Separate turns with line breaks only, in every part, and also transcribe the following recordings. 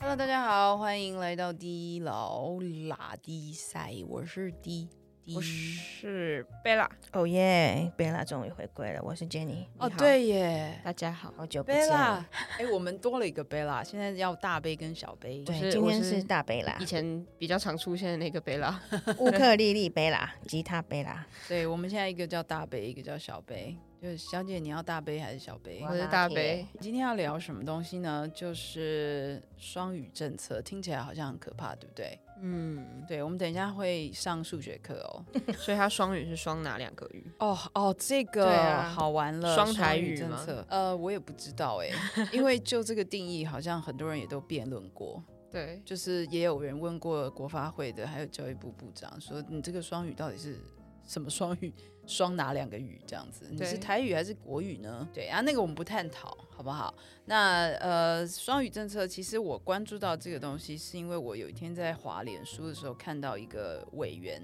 Hello，大家好，欢迎来到低老拉低赛，我是低低
我。是贝拉，
哦耶，贝拉终于回归了，我是 Jenny，
哦，
你好
对耶，
大家好。
好久不
贝
见
拉
了。，
哎，我们多了一个贝拉，现在要大杯跟小杯。
我是
对，今天
我是
是大贝拉
以，前比较常出现的那个贝拉，
乌克丽丽贝拉，吉他贝拉，
对，我们现在一个叫大杯，一个叫小杯。就是小姐，你要大杯还是小杯
我？
我是大贝。
今天要聊什么东西呢？就是双语政策，听起来好像很可怕，对不对？
嗯，
对，我们等一下会上数学课哦。
所以它双语是双哪两个语？
哦哦，这个、
对啊
好玩了，
双台
语
语
政
吗
策。呃，我也不知道哎、因为就这个定义，好像很多人也都辩论过，
对，
就是也有人问过国发会的，还有教育部部长说，你这个双语到底是什么双语？双哪两个语这样子？你是
对
台语还是国语呢？对啊，那个我们不探讨，好不好？那呃，双语政策，其实我关注到这个东西，是因为我有一天在滑脸书的时候看到一个委员，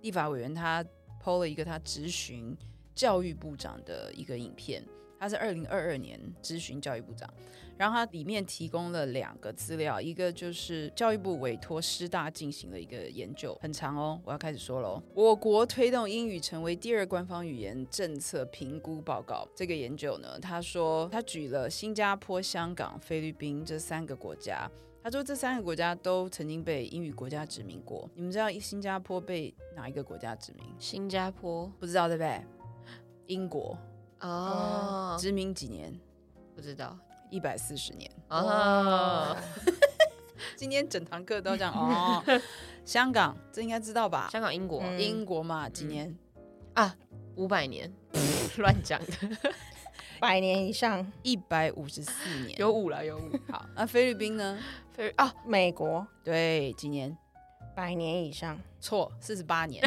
立法委员他 PO 了一个他咨询教育部长的一个影片，他是二零二二年咨询教育部长，然后他里面提供了两个资料，一个就是教育部委托师大进行了一个研究，很长哦，我要开始说喽。我国推动英语成为第二官方语言政策评估报告这个研究呢，他说他举了新加坡、香港、菲律宾这三个国家，他说这三个国家都曾经被英语国家殖民过。你们知道新加坡被哪一个国家殖民？
新加坡
不知道对不对？英国
哦，
殖民几年？
不知道
一百四十年。
哦。
今天整堂课都 讲哦，香港这应该知道吧？
香港、英国
嗯
英国嘛，几年？
啊，五百年， 乱讲的，
百年以上，
一百五十四年。
有五了，有五。
好，那菲律宾呢？
菲律啊，
美国
对，几年？
百年以上，
错，四十八 年。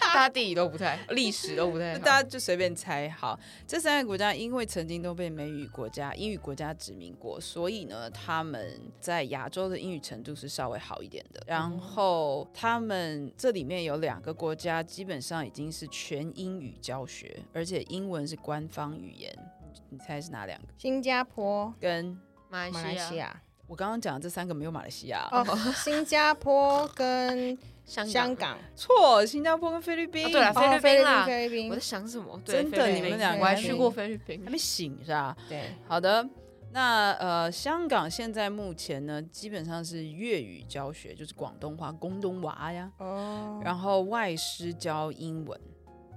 大家地理都不 太，历史都不太
那
好。
大家就随便猜。好，这三个国家因为曾经都被美语国家、英语国家殖民过，所以呢，他们在亚洲的英语程度是稍微好一点
嗯
的。然后他们这里面有两个国家，基本上已经是全英语教学，而且英文是官方语言。你你猜是哪两个？
新加坡、
跟
马
马来西
亚、
亚，
我刚刚讲的这三个没有马来西亚，
哦，新加坡跟
香
香
港。
港，
错，新加坡跟菲律宾。
啊对了，菲
哦
律宾啦。
菲律
我在
宾，
想什么？对
真的
菲律
你
宾
们两个
我还
还
去
没
过菲律宾
还。没醒是吧？
对，
好的，那呃，香港现在目前呢，基本上是粤语教学，就是广东话、广东话呀，
哦，
然后外师教英文，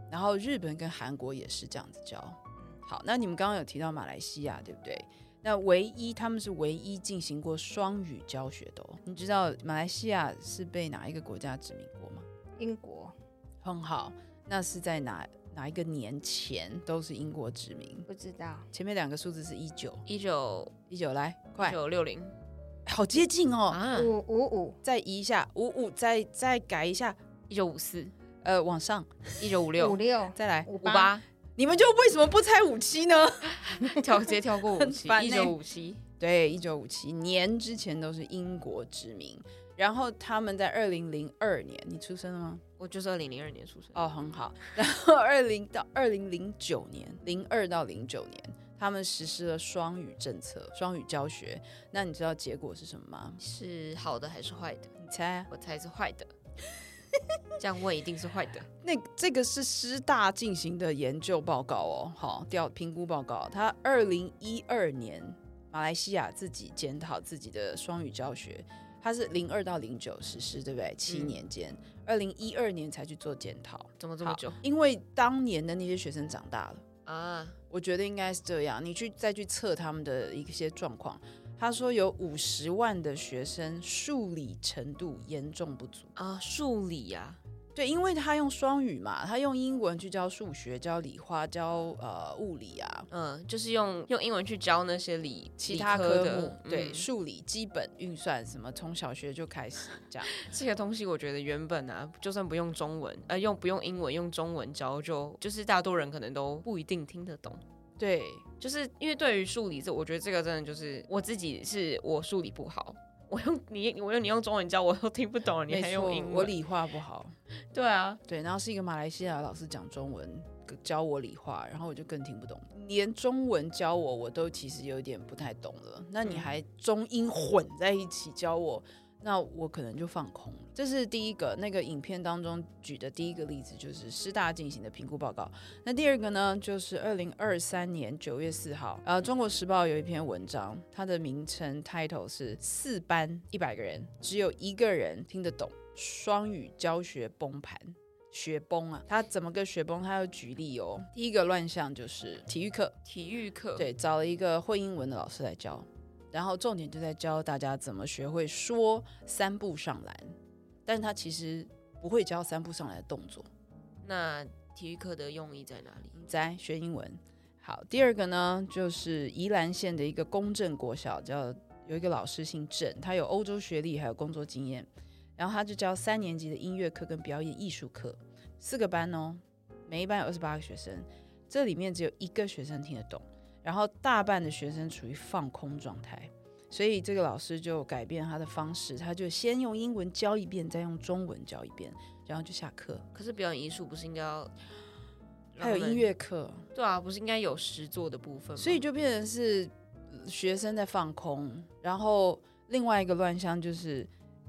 然后日本跟韩国也是这样子教。
嗯
好，那你们刚刚有提到马来西亚，对不对？那唯一他们是唯一进行过双语教学的、哦。你知道马来西亚是被哪一个国家殖民过吗？
英国
很好，那是在哪哪一个年前都是英国殖民？
不知道，
前面两个数字是一九
一九
一九，来快
一，九六零
好接近哦，
啊，
五五五，
再移一下，五五再再改一下，
一九五四，
呃，往上
一九五
五
六，
六
再来。
五
五，八，
你们就为什么不猜五七呢？
跳直接跳过五
很
七，
烦
一
欸
九五七，
对，一九五七年之前都是英国殖民，然后他们在二零零二年，你出生了吗？
我就是二零零二年出生。
哦，很 好。然后二零到二零零九年，零二到零九年，他们实施了双语政策，双语教学。那你知道结果是什么吗？
是好的还是坏的？
你猜啊、
我猜是 坏的。这样问一定是坏的。
那这个是师大进行的研究报告哦，好调评估报告，它二零一二年马来西亚自己检讨自己的双语教学，它是零二到零九实施，对不对？七
嗯
年间，二零一二年才去做检讨，
怎么这么
好
久
因为当年的那些学生长大了。
啊？
我觉得应该是这样，你去再去测他们的一些状况。他说有五十万的学生数理程度严重不足，
啊，数理啊，
对，因为他用双语嘛，他用英文去教数学、教理化、教呃物理啊，
嗯，就是用用英文去教那些理
其他
理
科目，
科的
对，
嗯
数理、基本运算什么，从小学就开始这样。
这个东西，我觉得原本啊，就算不用中文，呃，用不用英文，用中文教就就是大多人可能都不一定听得懂。
对，
哦就是因为对于数理这，我觉得这个真的就是我自己是我数理不好，我用你，我用你用中文教我都听不懂，你
没
还
错
用英，文？
我理化不好，
对啊，
对，然后是一个马来西亚老师讲中文教我理化，然后我就更听不懂，连中文教我我都其实有点不太懂了。那你
嗯
还中英混在一起教我，那我可能就放空了。这是第一个，那个影片当中举的第一个例子就是师大进行的评估报告。那第二个呢，就是二零二三年九月四号，呃，《中国时报》有一篇文章，它的名称 title 是“四班一百个人，只有一个人听得懂双语教学崩盘”。学崩啊，它怎么个学崩？它要举例哦。第一个乱象就是体育课，
体育课，，
对，找了一个会英文的老师来教，然后重点就在教大家怎么学会说三步上篮，但是他其实不会教三步上篮的动作，
那体育课的用意在哪里？
在学英文。好，第二个呢，就是宜兰县的一个公正国小，叫有一个老师姓郑，他有欧洲学历，还有工作经验，然后他就教三年级的音乐课跟表演艺术课，四个班哦，每一班有二十八个学生，这里面只有一个学生听得懂，然后大半的学生处于放空状态。所以这个老师就改变他的方式，他就先用英文教一遍，再用中文教一遍，然后就下课。
可是表演艺术不是应该要
还有
让他们
音？乐课，
对啊，不是应该有实作的部分吗？
所以就变成是呃学生在放空，然后另外一个乱象就是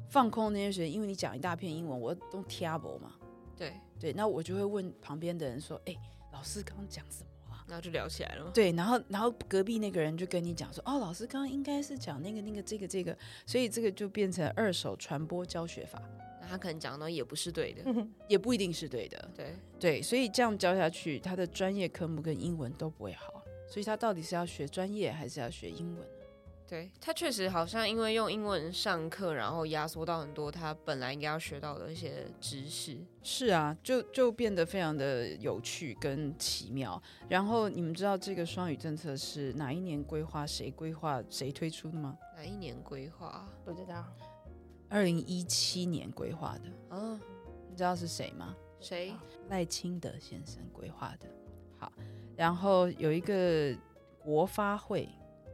放空那些学生，因为你讲一大片英文，我都听不嘛。
对，
对，那我就会问旁边的人说：“哎、老师刚刚讲什么啊
然后就聊起来了吗？”？
对，然后然后隔壁那个人就跟你讲说：“哦，老师刚刚应该是讲那个那个这个这个。”所以这个就变成二手传播教学法，
那他可能讲的也不是对的，
也不一定是对的。
对，
对，所以这样教下去，他的专业科目跟英文都不会好。所以他到底是要学专业还是要学英文？
对他确实好像因为用英文上课，然后压缩到很多他本来应该要学到的一些知识。
是啊，就就变得非常的有趣跟奇妙。然后你们知道这个双语政策是哪一年规划、谁规划、谁推出的吗？
哪一年规划？啊
不知道
二零一七年规划的，
啊，
你知道是谁吗？
谁？
赖清德先生规划的。好，然后有一个国发会，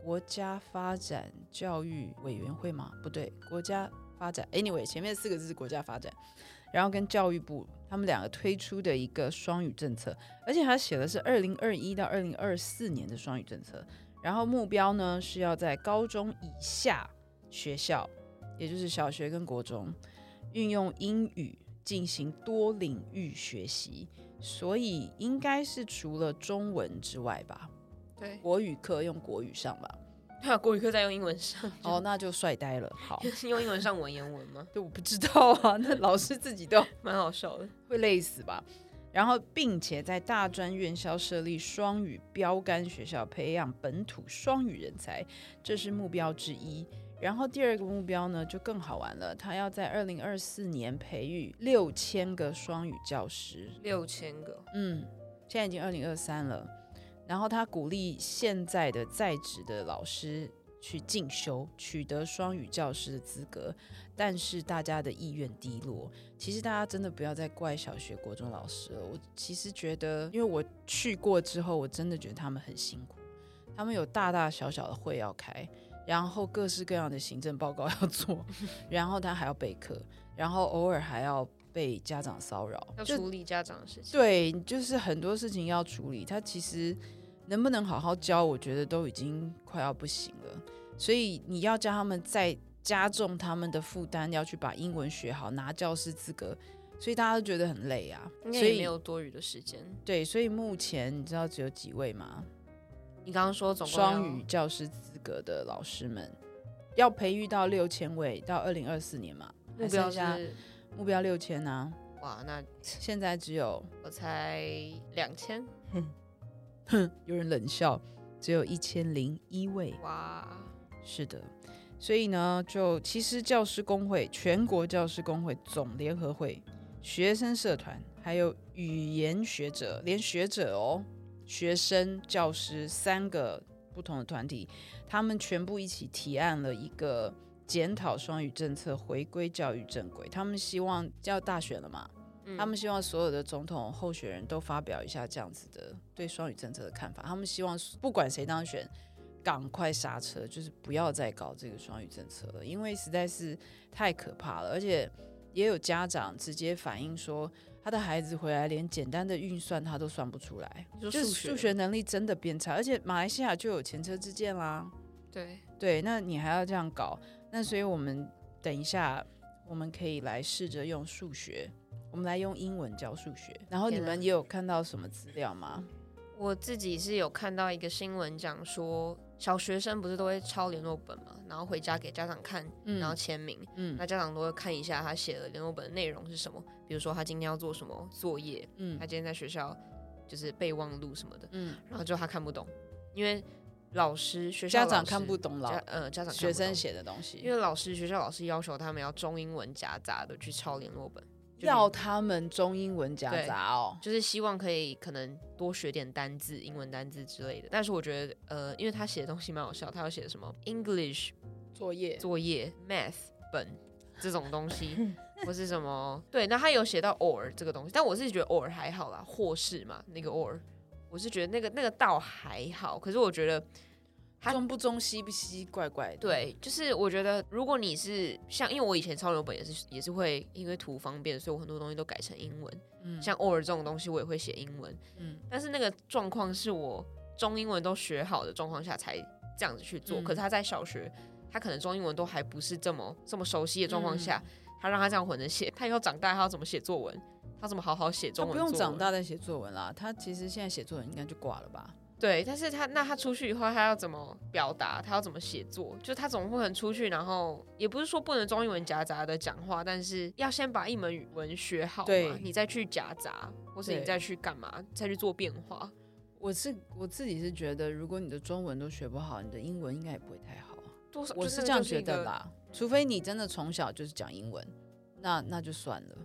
国家发展教育委员会吗？不对，国家发展。Anyway，前面四个字是国家发展，然后跟教育部他们两个推出的一个双语政策，而且还写的是二零二一到二零二四年的双语政策。然后目标呢是要在高中以下学校，也就是小学跟国中，运用英语进行多领域学习，所以应该是除了中文之外吧，
对，
国语课用国语上吧。
对啊，国语课在用英文上，
哦，那就帅呆了。 好，
用英文上文言文吗？
对，我不知道啊， 那老师自己都
蛮好笑的。
会累死吧。然后，并且在大专院校设立双语标杆学校，培养本土双语人才，这是目标之一。然后第二个目标呢，就更好玩了，他要在二零二四年培育六千个双语教师，
六千个，
嗯，现在已经二零二三了。然后他鼓励现在的在职的老师去进修，取得双语教师的资格，但是大家的意愿低落。其实大家真的不要再怪小学、国中老师了。我其实觉得，因为我去过之后，我真的觉得他们很辛苦，他们有大大小小的会要开，然后各式各样的行政报告 要做，然后他还要备课，然后偶尔还要被家长骚扰，
要
就
处理家长的事情。
对，就是很多事情要处理，他其实能不能好好教，我觉得都已经快要不行了。所以你要叫他们再加重他们的负担，要去把英文学好，拿教师资格，所以大家都觉得很累啊。
应该
所
也没
以
有多余的时间。
对，所以目前你知道只有几位吗？
你刚刚说总共
双
要
语，教师资格的老师们要培育到六千位，到二零二四年嘛，还
目标
剩下
是
目标六千啊，
哇，那
现在只有
我才两千
哼，有人冷笑，只有一千零一位。
哇，
是的，所以呢，就其实教师工会、全国教师工会总联合会、学生社团，还有语言学者，连学者哦，学生、教师三个不同的团体，他们全部一起提案了一个检讨双语政策，回归教育正轨。他们希望要大选了嘛，
嗯
他们希望所有的总统候选人都发表一下这样子的对双语政策的看法。他们希望不管谁当选，赶快刹车，就是不要再搞这个双语政策了，因为实在是太可怕了。而且也有家长直接反映说，他的孩子回来连简单的运算他都算不出来，
你
就
说
是
数学
数学能力真的变差。而且马来西亚就有前车之鉴啦，
对，
对，那你还要这样搞，那所以我们等一下，我们可以来试着用数学，我们来用英文教数学。然后你
天哪
们也有看到什么资料吗？
我自己是有看到一个新闻讲说，小学生不是都会抄联络本嘛，然后回家给家长看，
嗯
然后签名，
嗯
那家长都会看一下他写的联络本的内容是什么，比如说他今天要做什么作业，
嗯
他今天在学校就是备忘录什么的，
嗯，
然后就他看不懂，因为老师学校
家长
老师
看不懂
家
老
呃家长看
学
不懂
生，写的东西，
因为老师学校老师要求他们要中英文夹杂的去抄联络本，就
要
你
他们中英文夹
对
杂哦。
就是希望可以可能多学点单字，英文单字之类的。但是我觉得，呃，因为他写的东西蛮好笑，他要写什么 English
作业
作业、math 本这种东 西，或是什么？对，那他有写到 or 这个东西，但我是觉得 or 还好啦，或是嘛，那个 or，我是觉得那个那个倒还好。可是我觉得，他
中不中西不西，怪怪的。，
对，就是我觉得，如果你是像，因为我以前抄牛本也是也是会因为图方便，所以我很多东西都改成英文。
嗯
像 or 这种东西，我也会写英文。
嗯
但是那个状况是我中英文都学好的状况下才这样子去做。
嗯
可是他在小学，他可能中英文都还不是这么这么熟悉的状
嗯
况下，他让他这样混着写，他以后长大他要怎么写作文？他怎么好好写
他
中文？
不用长，大再写作文啦，他其实现在写作文应该就挂了吧？
对，但是他那他出去以后，他要怎么表达？他要怎么写作？就他总不可能出去，然后也不是说不能中英文夹杂的讲话，但是要先把一门语文学好嘛
对，
你再去夹杂，或是你
对
再去干嘛，再去做变化。
我是我自己是觉得，如果你的中文都学不好，你的英文应该也不会太好。啊
多少
我
就是那
这样
就是
觉
一个
得啦，除非你真的从小就是讲英文，那那就算了。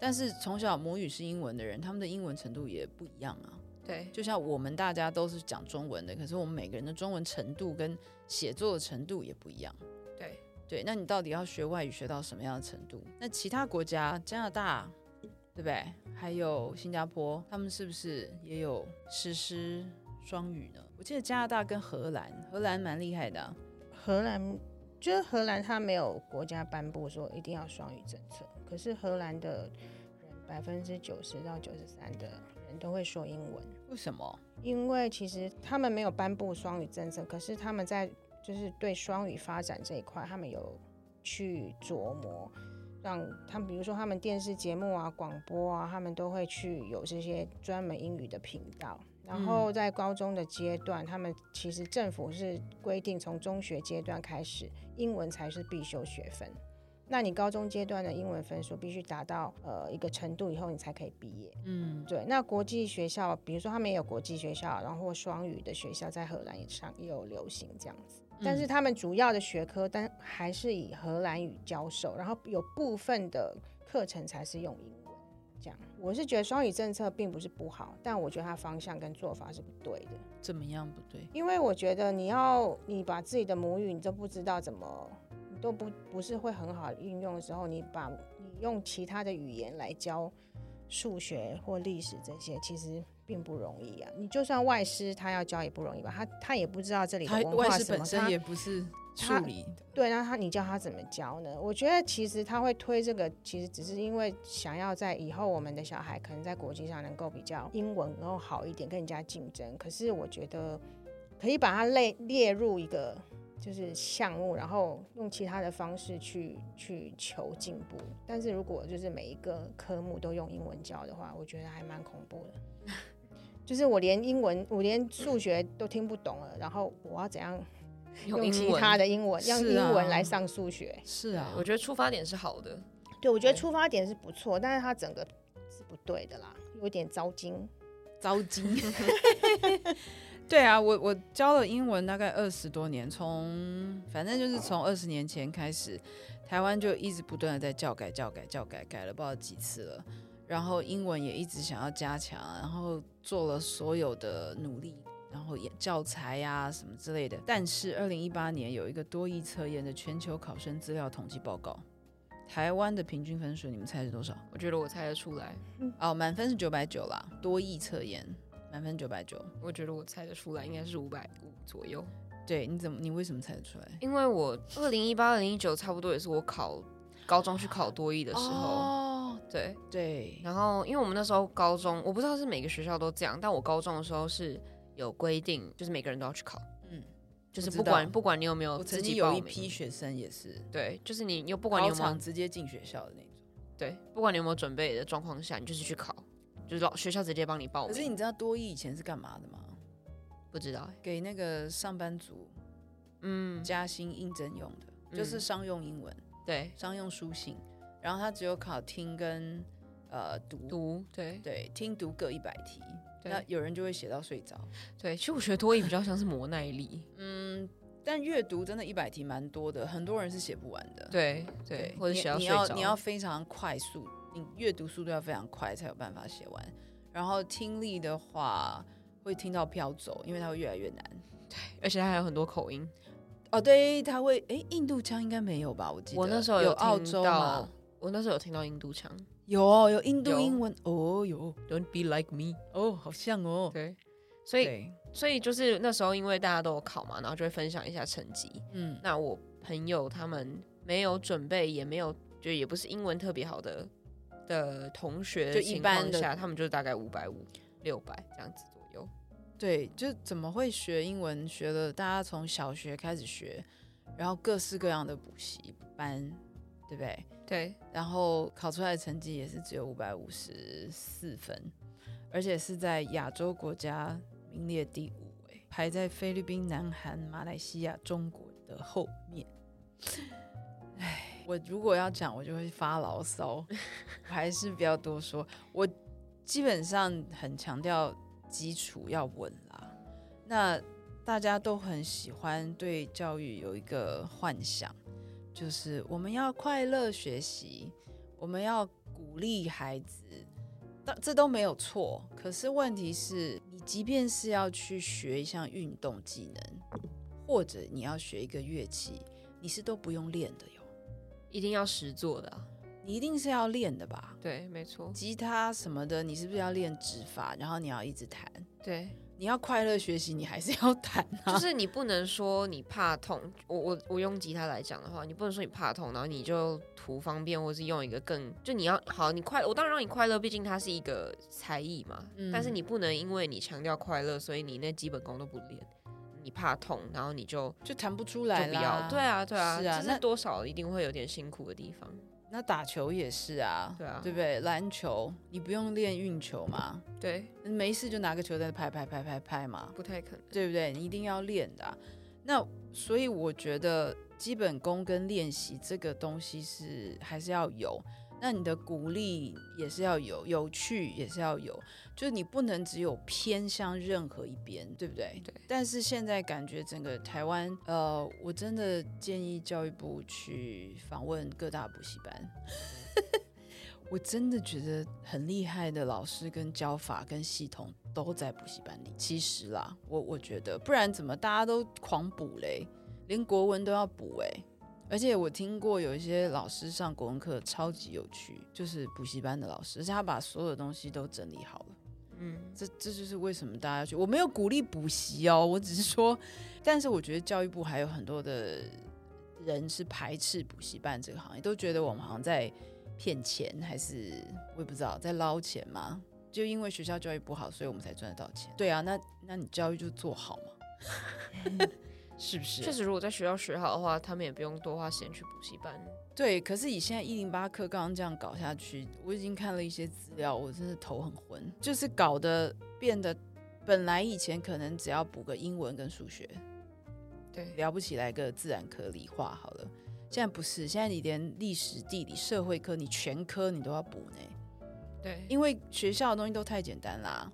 但是从小母语是英文的人，他们的英文程度也不一样啊。
对，
就像我们大家都是讲中文的，可是我们每个人的中文程度跟写作的程度也不一样。
对
对，那你到底要学外语学到什么样的程度？那其他国家，加拿大，对不对？还有新加坡，他们是不是也有实施双语呢？我记得加拿大跟荷兰，荷兰蛮厉害的啊、
荷兰就是荷兰，它没有国家颁布说一定要双语政策，可是荷兰的人百分之九十到九十三的人都会说英文，
为什么？
因为其实他们没有颁布双语政策，可是他们在就是对双语发展这一块，他们有去琢磨。让他们，比如说他们电视节目啊、广播啊，他们都会去有这些专门英语的频道。然后在高中的阶段，他们其实政府是规定从中学阶段开始，英文才是必修学分。那你高中阶段的英文分数必须达到呃一个程度以后，你才可以毕业。
嗯，
对，那国际学校，比如说他们也有国际学校，然后或双语的学校，在荷兰也上也有流行这样子。但是他们主要的学科，但还是以荷兰语教授，然后有部分的课程才是用英文。这样，我是觉得双语政策并不是不好，但我觉得它方向跟做法是不对的，
怎么样不对？
因为我觉得你要你把自己的母语你都不知道怎么，你都不不是会很好运用的时候，你把你用其他的语言来教数学或历史这些，其实并不容易啊。你就算外师他要教也不容易吧，他他也不知道这里的
他
文
外
化
事
是什么，
本身
他
也不是处
他
理的，
对，那他你叫他怎么教呢？我觉得其实他会推这个，其实只是因为想要在以后我们的小孩可能在国际上能够比较英文能够好一点，跟人家竞争。可是我觉得可以把它列列入一个就是项目，然后用其他的方式去去求进步。但是如果就是每一个科目都用英文教的话，我觉得还蛮恐怖的。 就是我连英文，我连数学都听不懂了，然后我要怎样用
英
其
文
他的英文，用
是
英文
啊
来上数学。
是啊，
我觉得出发点是好的，
对，我觉得
对
出发点是不错，但是它整个是不对的啦，有点糟心。
糟心。 对啊，我我教了英文大概二十多年，从反正就是从二十年前开始，台湾就一直不断的在教改、教改、教改，改了不知道几次了。然后英文也一直想要加强，啊然后做了所有的努力，然后也教材呀、什么之类的。但是二零一八年有一个多益测验的全球考生资料统计报告，台湾的平均分数，你们猜是多少？
我觉得我猜得出来，
哦，满分是九百九啦，多益测验满分九百九。
我觉得我猜得出来，应该是五百五左右。
对，你怎么你为什么猜得出来？
因为我二零一八、二零一九差不多也是我考高中去考多一的时候，
哦，
对。
对，
然后因为我们那时候高中，我不知道是每个学校都这样，但我高中的时候是有规定，就是每个人都要去考，
嗯，
就是
我知
不管
道
不管你有没有
我
呃自
曾经
己
有
报
一
名
批学生也是，
对，就是你又不管你
考
有没有
场直接进学校的那种。
对，不管你有没有准备的状况下，你就是去考，就是老学校直接帮你报
可
名。
是你知道多益以前是干嘛的吗？
不知道欸，
给那个上班族
嗯，
加薪应征用的，就是
嗯
商用英文、
对，
商用书信，然后他只有考听跟呃读，
读对
对，听读各一百题。
对
那有人就会写到睡着，
对，其实我觉得多益比较像是磨耐 力，
嗯，但阅读真的一百题蛮多的，很多人是写不完的。
对对，或者
你
写到
你
睡
要
着，
你要非常快速，你阅读速度要非常快才有办法写完。然后听力的话会听到飘走，因为它会越来越难。
而且它还有很多口音。
哦，对，它会诶，印度腔应该没有吧？我记得
我那时候
有
有
澳
听
洲
到
嘛，
我那时候有听到印度腔
有哦有印度
有
英文哦，有
，Don't be like me。
哦，好像哦，
对，所以
对
所以就是那时候因为大家都有考嘛，然后就会分享一下成绩。
嗯，
那我朋友他们没有准备，也没有就也不是英文特别好的的同学，
就一般的
下，他们就是大概五百五、六百这样子左右。
对，就怎么会学英文？学的大家从小学开始学，然后各式各样的补习班，对不对？
对，
然后考出来的成绩也是只有五百五十四分，而且是在亚洲国家名列第五位，排在菲律宾、南韩、马来西亚、中国的后面。唉，我如果要讲，我就会发牢骚，我还是不要多说。我基本上很强调基础要稳啦。那大家都很喜欢对教育有一个幻想。就是我们要快乐学习，我们要鼓励孩子，但这都没有错。可是问题是，你即便是要去学一项运动技能，或者你要学一个乐器，你是都不用练的哟，
一定要实做的啊、
你一定是要练的吧？
对，没错，
吉他什么的，你是不是要练指法？然后你要一直弹，
对，
你要快乐学习，你还是要弹啊。
就是你不能说你怕痛，我我我用吉他来讲的话，你不能说你怕痛，然后你就图方便，或是用一个更就你要好，你快，我当然让你快乐，毕竟它是一个才艺嘛。
嗯
但是你不能因为你强调快乐，所以你那基本功都不练，你怕痛，然后你就
就弹不出
就
来
不
啦。
要。对，啊，对啊，
是啊
这
那
是多少一定会有点辛苦的地方。
那打球也是啊，
对啊
对不对？篮球你不用练运球吗？
对，
没事就拿个球在那拍拍拍拍拍嘛，
不太可能。
对不对？你一定要练的啊、那所以我觉得基本功跟练习这个东西是还是要有。那你的鼓励也是要有，有趣也是要有，就是你不能只有偏向任何一边，对不对？
对。
但是现在感觉整个台湾，呃，我真的建议教育部去访问各大补习班。我真的觉得很厉害的老师跟教法跟系统都在补习班里。其实啦，我我觉得，不然怎么大家都狂补嘞？连国文都要补哎、而且我听过有一些老师上国文课超级有趣，就是补习班的老师，而且他把所有的东西都整理好了。
嗯，
这这就是为什么大家去。我没有鼓励补习哦，我只是说，但是我觉得教育部还有很多的人是排斥补习班这个行业，都觉得我们好像在骗钱，还是我也不知道在捞钱吗？就因为学校教育不好，所以我们才赚得到钱。对啊，那那你教育就做好嘛，是不是？
确实，如果在学校学好的话，他们也不用多花时间去补习班。
对，可是以现在一零八课刚刚这样搞下去，我已经看了一些资料，我真的头很昏，就是搞得变得本来以前可能只要补个英文跟数学，
对，
了不起来个自然科、理化好了，现在不是，现在你连历史、地理、社会科，你全科你都要补呢，
对，
因为学校的东西都太简单啦，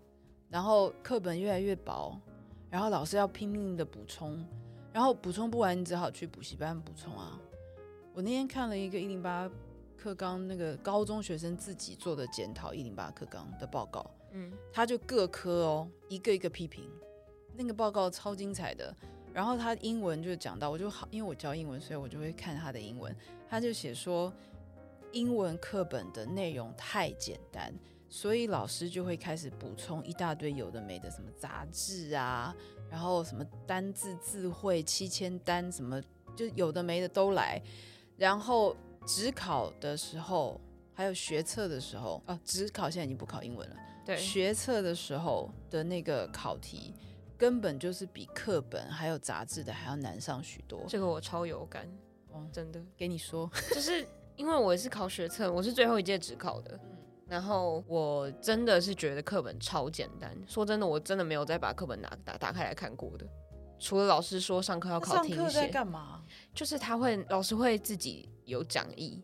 然后课本越来越薄，然后老师要拼命的补充，然后补充不完，你只好去补习班补充啊。我那天看了一个一零八课纲那个高中学生自己做的检讨一零八课纲的报告，
嗯，
他就各科哦一个一个批评，那个报告超精彩的。然后他英文就讲到，我就好，因为我教英文，所以我就会看他的英文。他就写说，英文课本的内容太简单，所以老师就会开始补充一大堆有的没的，什么杂志啊，然后什么单字字汇七千单，什么就有的没的都来。然后职考的时候，还有学测的时候，啊，职考现在已经不考英文了，
对，
学测的时候的那个考题，根本就是比课本还有杂志的还要难上许多。
这个我超有感，
哦
真的，
给你说，
就是因为我是考学测，我是最后一届只考的。
嗯
然后我真的是觉得课本超简单，说真的，我真的没有再把课本拿打打开来看过的，除了老师说上课要考听写，
嘛？
就是他会老师会自己有讲义，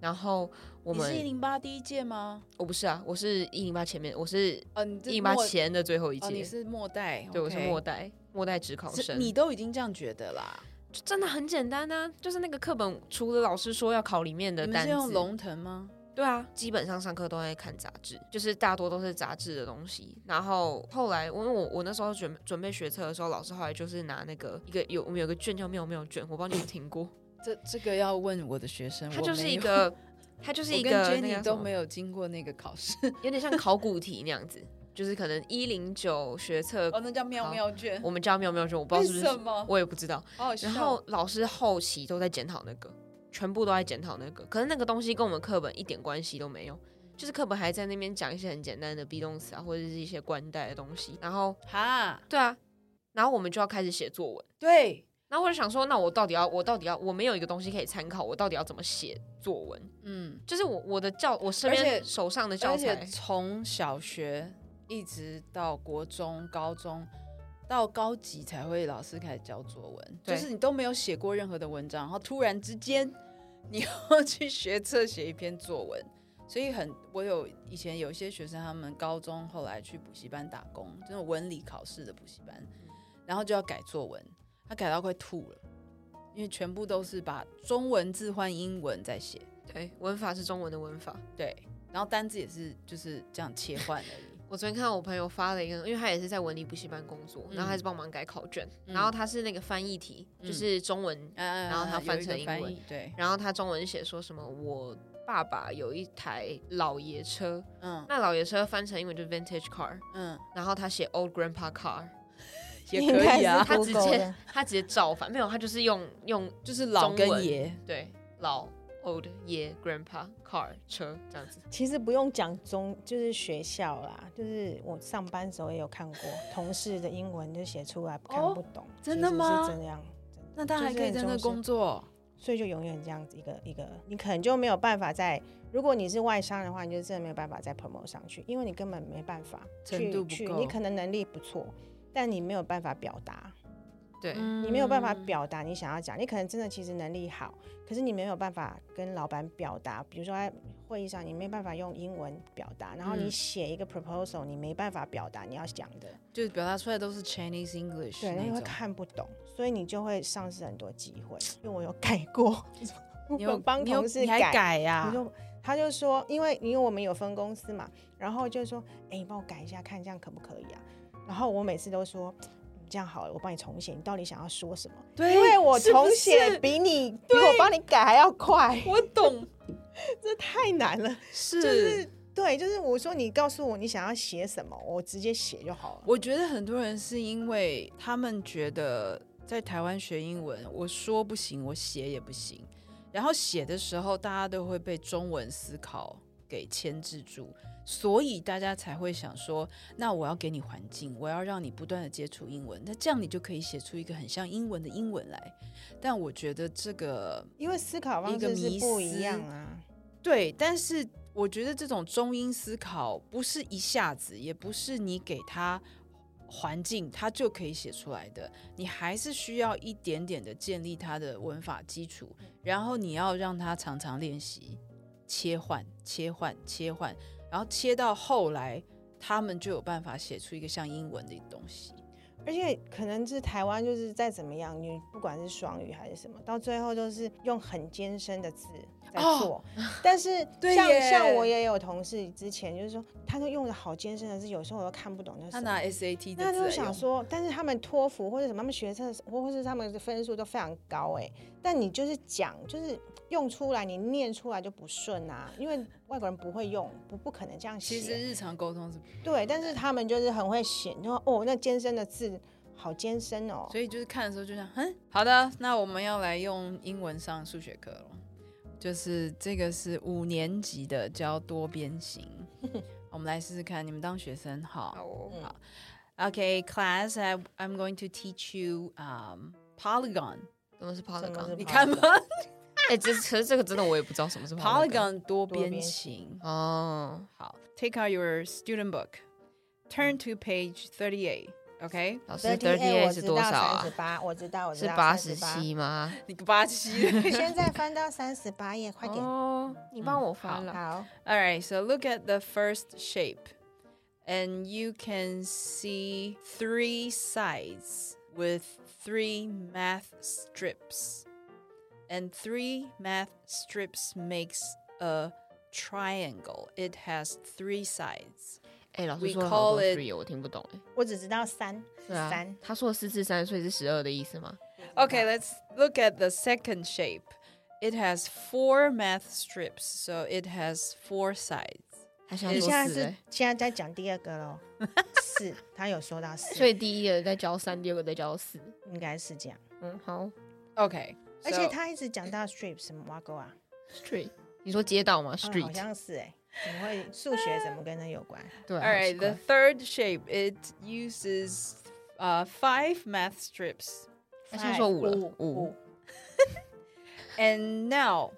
然后我
你
们
是一零八第一届吗？
我不是啊，我是一零八前面，我是
哦，你
一
这
零八
末
前的最后一
哦，
届，
你是末代，
对，我是末
代
代末代职考生，
你都已经这样觉得啊啦。
就真的很简单啊，就是那个课本除了老师说要考里面的
你们
单
是用
字，
龙腾吗？
对啊，基本上上课都在看杂志，就是大多都是杂志的东西。然后后来，因为我我那时候准备准备学车的时候，老师后来就是拿那个一个有我们有个卷叫妙妙卷，我不知道你有没有听过，
这这个要问我的学生，
它
嗯我
就是
没
一
有。
个。它就是
我
一
跟
个那个
Jenny
什
都
么
没有经过那个考试，
有点像考古题那样子，就是可能一零九学测，
哦，那叫喵
好
喵卷，
我们叫妙妙卷，我不知道
为
是不
什
是，
么？
我也不知道。
好好
然
笑
后。老师后期都在检讨那个，全部都在检讨那个，可是那个东西跟我们课本一点关系都没有，就是课本还在那边讲一些很简单的 be 动词啊，或者是一些官代的东西。然后
哈，
对啊，然后我们就要开始写作文。
对，
然后我就想说，那我到底要，我到底要，我没有一个东西可以参考，我到底要怎么写作文？
嗯，
就是我我的教，我身
而且
边手上的教
而且
材，
从小学一直到国中、高中，到高级才会老师开始教作文，就
对
是你都没有写过任何的文章，然后突然之间你 要去学测写一篇作文，所以很我有以前有一些学生，他们高中后来去补习班打工，这种文理考试的补习班，
嗯
然后就要改作文，他改到快吐了。因为全部都是把中文字换英文在写，
对，文法是中文的文法。
对，然后单字也是就是这样切换而已。
我昨天看到我朋友发了一个，因为他也是在文理补习班工作，
嗯
然后他是帮忙改考卷，
嗯
然后他是那个翻译题，
嗯
就是中文，
然
后它翻成英
翻
文
译，对，
然后他中文写说什么我爸爸有一台老爷车，
嗯
那老爷车翻成英文就是 vintage car，
嗯，
然后他写 old grandpa car，
也
应
可
该
以
是
啊，
他直
Google
接
的
他直接照翻，没有，他就是用用
就是老
中
跟
文
爷，
对老 old 爷 grandpa car 车这样子，
其实不用讲中，就是学校啦，就是我上班时候也有看过，同事的英文就写出来看不懂，
哦真的吗
其实是这样，
那他还可以在那工作，
所以就永远这样子一个一个，你可能就没有办法在，如果你是外商的话，你就真的没有办法再 promote 上去，因为你根本没办法
程
去
度不
去，
够
你可能能力不错，但你没有办法表达，
对，
你
你没有办法
嗯
表达你想要讲，你可能真的其实能力好，可是你没有办法跟老板表达，比如说在会议上你没办法用英文表达，然后
嗯
你写一个 proposal，你没办法表达你要讲的，
就是表达出来都是 Chinese English
对，你
那
会
种。
看不懂，所以你就会丧失很多机会。因为我有改过，我
你有
帮
你有
同事
你还
改
改啊呀
我？就他就说，因为因为我们有分公司嘛，然后就说，哎、你帮我改一下，看这样可不可以啊？然后我每次都说，嗯这样好了，我帮你重写，你到底想要说什么？
对
因为我
是不
重写
是
比你比我帮你改还要快，
我懂，
这太难了。 就是
是。
对，就是我说你告诉我你想要写什么，我直接写就好了。
我觉得很多人是因为他们觉得在台湾学英文，我说不行，我写也不行。然后写的时候，大家都会被中文思考给牵制住，所以大家才会想说，那我要给你环境，我要让你不断的接触英文，那这样你就可以写出一个很像英文的英文来。但我觉得这个
因为思考
一
方
个
式是
迷
不一
思
样啊。
对，但是我觉得这种中英思考不是一下子，也不是你给他环境他就可以写出来的，你还是需要一点点的建立他的文法基础，
嗯
然后你要让他常常练习切换、切换、切换，然后切到后来，他们就有办法写出一个像英文的东西。
而且可能是台湾，就是再怎么样，你不管是双语还是什么，到最后都是用很艰深的字在做。但是
对
像
耶
像我也有同事之前就是说，他都用的好艰深的字，有时候我都看不懂那
他
是什
拿
么。
SAT 的
那
字来
就想
用
说，但是他们托福或者什么，他们学测或或是他们的分数都非常高哎、但你就是讲，就是用出来，你念出来就不顺啊，因为外国人不会用，不不可能这样写。
其实日常沟通是，
对，但是他们就是很会写，就说哦，那艰深的字好艰深哦。
所以就是看的时候就想，嗯，好的，那我们要来用英文上数学课了。就是这个是五年级的教多边 形，我们来试试看，你们当学生好。
哦，
Okay, class, I, I'm going to teach you um polygon.
什么是
什么
polygon？
是
你看吗
polygon？
哎，这可是这个真的我也不知道什么是
？polygon 多
边
边
形
形。
哦，
好，take out your student book, turn to page thirty-eight. OK，
老师
38
dirty
哎我
A 是
知
多
道
少
三
啊
十？八，我知道，我知
是
道
八十。
38
七吗？
你个八 七的。
现在翻到三十八页，快点。
哦，你帮我翻了。
好，
All right, so look at the first shape, and you can see three sides with three math strips. And three math strips makes a triangle. It has three sides.
哎、老
We
师说了好
call
多
it-
three，哦我听不懂哎。
我只知道三
对啊
三，。
他说四至三岁是十二的意思吗？
Okay, let's look at the second shape. It has four math strips, so it has four sides.
他现在
你
说
现在
四、
是
欸，
现在在讲第二个 喽，四，他有说到四，
所以第一个在教三，第二个在教四。
应该是这样。
嗯，好
Okay.
而且
so-
他一直讲到 strip 什么挖沟啊，
，street，你说街道吗
嗯好
？street，、
像是哎，怎么会数学怎么跟他有关？
对啊，
All
好奇
right,
怪
the third shape it uses uh, five math strips,
他现在说五了，
五
五，
and now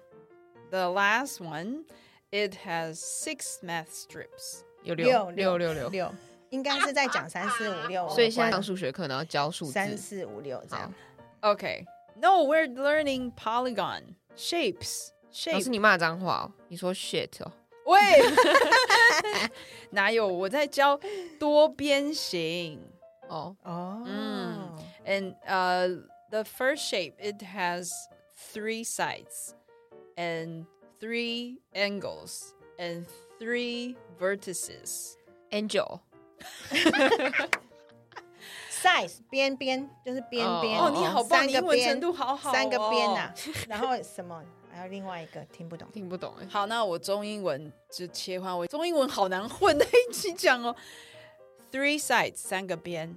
the last one it has six math strips.
有
六
六六
六
六六，
六，应该是在讲三四五 六有关，哦
所以现在上数学课，然后教数
三
字。
四五六这样
好。
Okay, no, we're learning polygon shapes.
老
Shape
师，你骂脏话哦？你说 shit 哦？
喂， 哪有我在教多边形
哦，
哦，
嗯？And uh, the first shape it has three sides and three angles and three vertices.
angel，
size 边边就是边边
哦
Oh，哦，你好棒，
三
你
个
英文
边
程度好好、哦，
三个边呐、。 然后什么还有另外一个听不懂，
听不懂哎。
好，那我中英文就切换，我中英文好难混在一起讲哦。Three sides 三个边，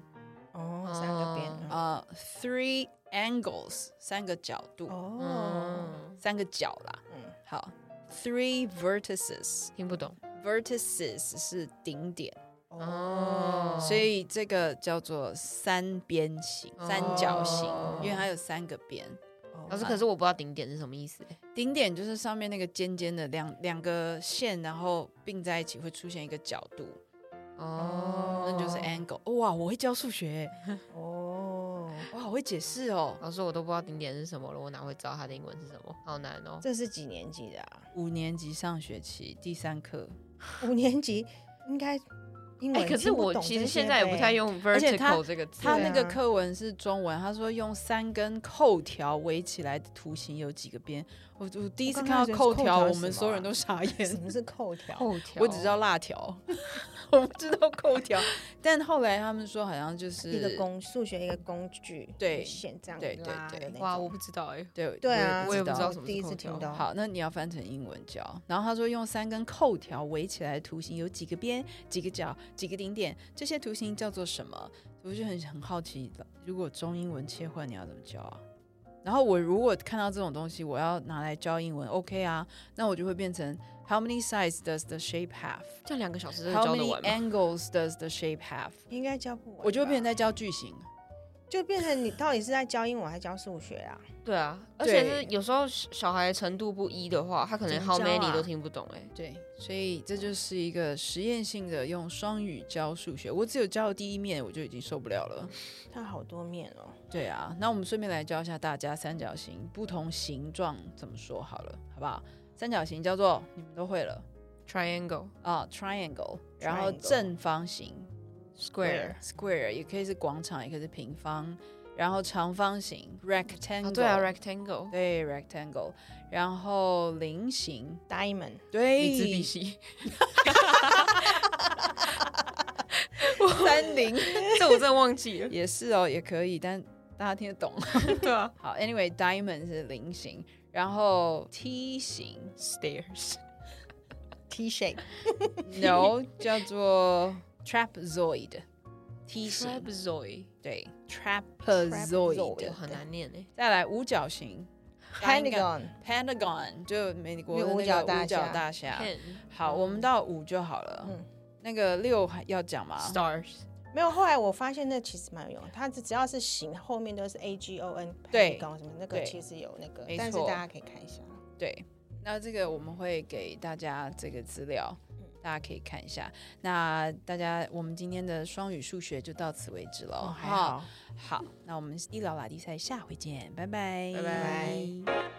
哦，三个边，嗯
呃、t h r e e angles 三个角度，
哦，
嗯，
三个角啦。
嗯
好，three vertices。
听不懂。
Vertices 是顶点，
哦
所以这个叫做三边形、三角形，
哦
因为它有三个边。
老师，可是我不知道顶点是什么意思欸。
顶点就是上面那个尖尖的两两个线，然后并在一起会出现一个角度，
哦，
那就是 angle。哇，我会教数学，
哦，
哇，我会解释哦。
老师，我都不知道顶点是什么了，我哪会知道它的英文是什么？好难哦。
这是几年级的啊？
五年级上学期第三课，
五年级应该英文、
哎可是我其实现在也不
欸
太。用
而且它
vertical 这个字欸
他
它
那
对
个
啊
课文是中文，他说用三根扣条围起来的图形有几个边。我我第一次
我
看
刚刚
到
觉得
扣条，
扣条
我
是
们
什
所有
么
人
啊
都傻眼
什。 么是扣条？
扣条，
我只知道辣条， 我不知道扣条。 但后来他们说好像就是
一个工数学一个工具，
对
线这样
对对
拉的
对
那
哇，
种
我不知道哎，
对
对啊，
我也
不知道什么是
第一
扣
次
条
听到。
好，那你要翻成英文教。然后他说用三根扣条围起来的图形有几个边、几个角、几个顶点，这些图形叫做什么？我就很很好奇，如果中英文切换，你要怎么教啊？然后我如果看到这种东西，我要拿来教英文，OK 啊？那我就会变成 How many sides does the shape have?
这样两个小时真的
How
教得
many
完吗？
angles does the shape have?
应该教不完吧，
我就会变成在教句型。
就变成你到底是在教英文还是教数学啊？
对啊，而
对
且是有时候小孩程度不一的话，他可能
怎么
how
教啊
many 都听不懂哎。
对，所以这就是一个实验性的用双语教数学。我只有教第一面，我就已经受不了了。
它好多面哦。
对啊，那我们顺便来教一下大家三角形不同形状怎么说好了，好不好？三角形叫做你们都会了
Triangle,
啊，triangle，然后
Triangle
正方形
square,
square 也可以是广场，也可以是平方，然后长方形 rectangle，、
啊，对啊，rectangle，
对 rectangle，然后菱形，
Diamond，
对，
你自闭 系，
三菱
这我真的忘 记了。
也是哦，也可以，但大家听得懂。
对啊
好，anyway，diamond 是菱形，然后梯 形
，stairs，
T shape，
，no 叫做 trapezoid，梯
t r a
形
p z o i
对
trapezoid
trapezoid，
很难念哎。
再来五角形
Pentagon
Pentagon 就美国的那
那个五
个
角大
五角
厦
大厦。
Pen
好，我们到五就好了。
嗯
那个六还要讲吗？
stars，
没有。后来我发现那其实蛮有用，它只只要是形后面都是 A G O N，
对
什么那个
对
其实有那个
没，
但是
错
大家可以看一下。
对，那这个我们会给大家这个资料，
嗯
大家可以看一下。那大家，我们今天的双语数学就到此为止了。
哦，还
哈
好。
好，那我们医疗拉力赛下回见，拜拜，
拜
拜
拜。